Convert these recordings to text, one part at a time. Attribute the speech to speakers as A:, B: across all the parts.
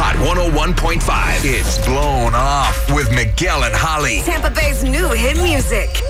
A: Hot 101.5. It's blown off with Miguel and Holly.
B: Tampa Bay's new hit music.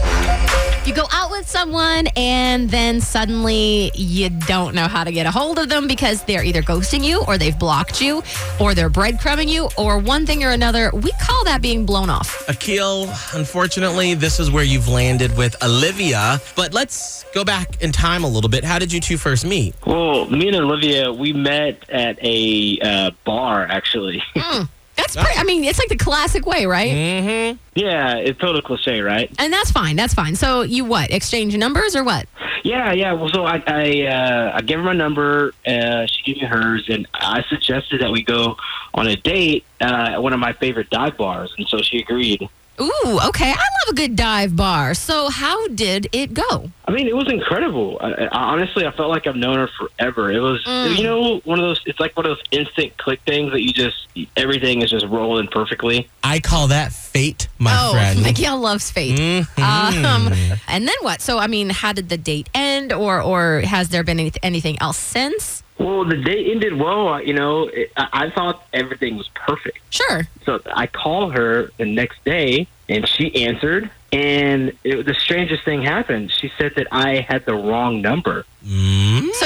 C: You go out with someone and then suddenly you don't know how to get a hold of them because they're either ghosting you or they've blocked you or they're breadcrumbing you or one thing or another. We call that being blown off.
D: Akil, unfortunately, this is where you've landed with Olivia. But let's go back in time a little bit. How did you two first meet?
E: Well, me and Olivia, we met at a uh, bar, actually.
C: That's pretty, I mean, it's like the classic way, right? Mm-hmm.
E: yeah, it's total cliche, right?
D: Mm-hmm.
C: And that's fine. That's fine. So you what? Exchange numbers or what?
E: Yeah, yeah. Well, so I, I, uh, I gave her my number. Uh, she gave me hers, and I suggested that we go on a date uh, at one of my favorite dive bars, and so she agreed.
C: Ooh, okay. I love a good dive bar. So how did it go?
E: I mean, it was incredible. I, I, honestly, I felt like I've known her forever. It was, you know, one of those. It's like one of those instant click things that you just everything is just rolling perfectly.
D: I call that fate, my
C: oh,
D: friend. Mm-hmm.
C: Miguel loves fate. Um, and then what? So I mean, how did the date end, or or has there been any, anything else since?
E: Well, the date ended well. I- You know, it, I, I thought everything was perfect.
C: Sure.
E: So I call her the next day, and she answered. And it, the strangest thing happened. She said that I had the wrong number.
C: So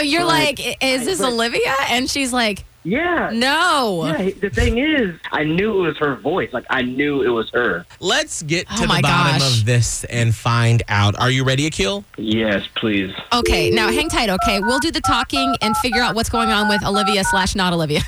C: you're
E: Right.
C: Mm. like, is this
E: Right.
C: Olivia? And she's like,
E: Yeah.
C: no.
E: Yeah, the thing is, I knew it was her voice. Like, I knew it was her.
D: Let's get to
C: Oh
D: the
C: my
D: bottom
C: gosh.
D: of this and find out. Are you ready, Akil?
E: Yes, please.
C: Okay, now hang tight. Okay, we'll do the talking and figure out what's going on with Olivia slash not Olivia.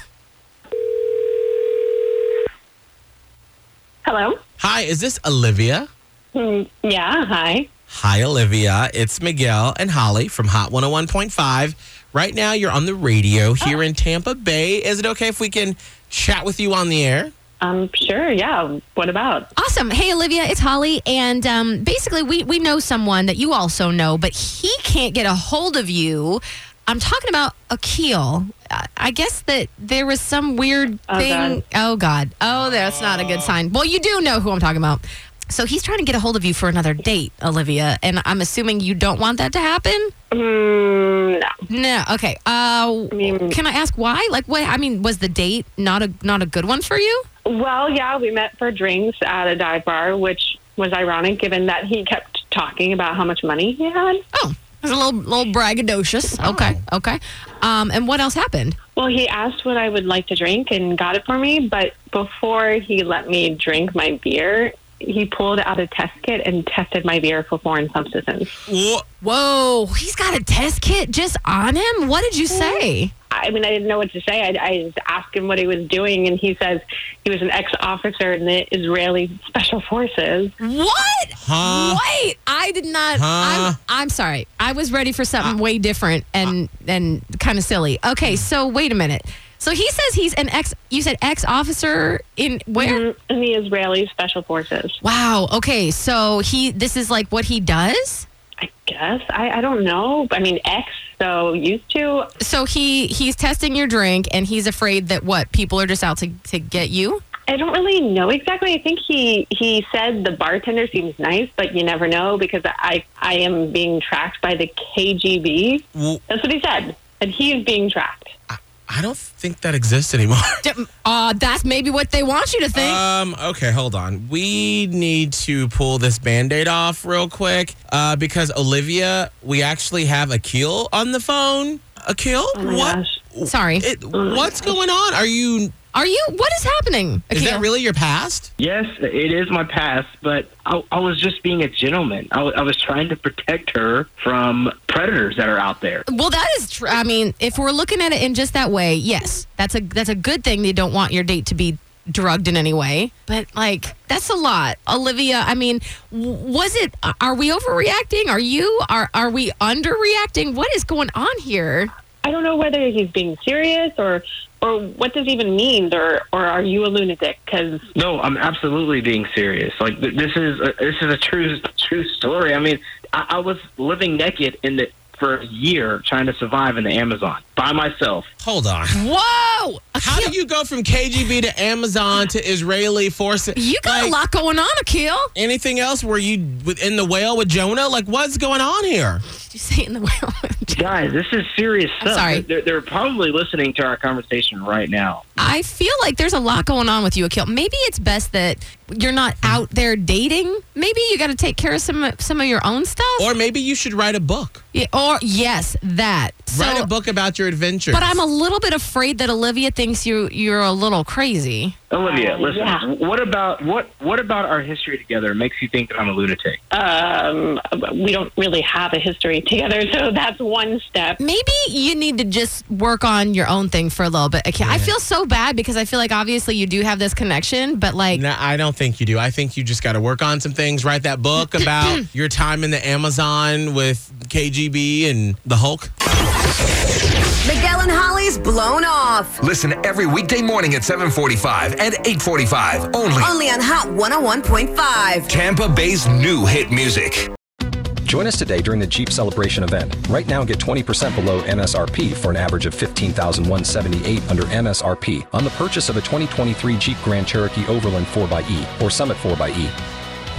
F: Hello.
D: Hi, is this Olivia?
F: Mm, Yeah. Hi.
D: Hi, Olivia. It's Miguel and Holly from Hot 101.5. Right now, you're on the radio here in Tampa Bay. Is it okay if we can chat with you on the air?
F: Um. Sure. Yeah. What about?
C: Awesome. Hey, Olivia, it's Holly. And um, basically, we, we know someone that you also know, but he can't get a hold of you. I'm talking about Akil. I- I guess that there was some weird
F: Oh,
C: thing.
F: God.
C: Oh, God. Oh, that's not a good sign. Well, you do know who I'm talking about. So he's trying to get a hold of you for another date, Olivia. And I'm assuming you don't want that to happen?
F: Mm, no.
C: No. Okay. Uh,
F: mean-
C: can I ask why? Like, what? I mean, was the date not a not a good one for you?
F: Well, yeah. We met for drinks at a dive bar, which was ironic, given that he kept talking about how much money he had.
C: Oh, it was a little little braggadocious. Okay. Okay. Um, and what else happened?
F: Well, he asked what I would like to drink and got it for me, but before he let me drink my beer, he pulled out a test kit and tested my beer for foreign substances.
D: Wha-
C: Whoa, he's got a test kit just on him. What did you say?
F: I mean, I didn't know what to say. I, I just asked him what he was doing, and he says he was an ex officer in the Israeli Special Forces.
C: What?
D: Huh?
C: Wait, I did not. I'm,
D: Huh? Uh.
C: I'm sorry. I was ready for something way different and and kind of silly. Okay, so wait a minute. So he says he's an ex. You said ex officer in where?
F: In Mm, the Israeli Special Forces,
C: Wow. Okay. So he. This is like what he does.
F: I guess. I, I don't know. I mean, ex, so used to.
C: So he he's testing your drink, and he's afraid that what people are just out to to get you.
F: I don't really know exactly. I think he he said the bartender seems nice, but you never know because I I am being tracked by the KGB.
D: wha-
F: That's what he said, and he is being tracked.
D: I don't think that exists anymore.
C: D- Uh, that's maybe what they want you to think.
D: Um, okay, hold on. We need to pull this band aid off real quick uh, because Olivia, we actually have Akil on the phone. Akil?
F: Oh my
D: what?
F: gosh.
C: Sorry.
D: It, what's going on? Are you.
C: Are you? What is happening?
D: Is
C: Akil?
D: that really your past?
E: Yes, it is my past, but I, I was just being a gentleman. I, w- I was trying to protect her from predators that are out there.
C: Well, that is. Tr- I mean, if we're looking at it in just that way, yes, that's a that's a good thing. They don't want your date to be drugged in any way. But like, that's a lot, Olivia. I mean, w- was it? Are we overreacting? Are you? Are are we underreacting? What is going on here?
F: I don't know whether he's being serious or or what does even mean or or are you a lunatic? Because
E: No, I'm absolutely being serious. Like th- this is a, this is a true true story. I mean, I, I was living naked in the for a year trying to survive in the Amazon by myself.
D: Hold on.
C: Whoa!
D: How
C: Akil,
D: do you go from KGB to Amazon to Israeli forces?
C: you got a
D: Like,
C: lot going on, Akil.
D: Anything else? Were you with- in the whale with Jonah? Like, what's going on here?
C: Did you say it in the whale?
E: Guys, this is serious
C: I'm
E: stuff.
C: sorry.
E: They're, they're probably listening to our conversation right now.
C: I feel like there's a lot going on with you, Akil. Maybe it's best that you're not out there dating. Maybe you got to take care of some some of your own stuff.
D: Or maybe you should write a book.
C: Yeah, or yes, that. So,
D: write a book about your adventures.
C: But I'm a little bit afraid that Olivia thinks you you're a little crazy.
E: Olivia,
C: Oh,
F: Uh,
E: listen.
F: yeah.
E: What about what what about our history together makes you think that I'm a lunatic?
F: um, we don't really have a history together, so that's one step.
C: Maybe you need to just work on your own thing for a little bit. Okay, I feel so bad because I feel like obviously you do have this connection, but like
D: No, I don't think you do. I think you just got to work on some things. Write that book about your time in the Amazon with KGB and the Hulk.
B: Miguel and Holly's blown off.
A: Listen every weekday morning at 745 and 845 only.
B: Only on Hot 101.5.
A: Tampa Bay's new hit music.
G: Join us today during the Jeep Celebration event. Right now, get 20% below MSRP for an average of 15178 under MSRP on the purchase of a 2023 Jeep Grand Cherokee Overland 4xE or Summit 4xE.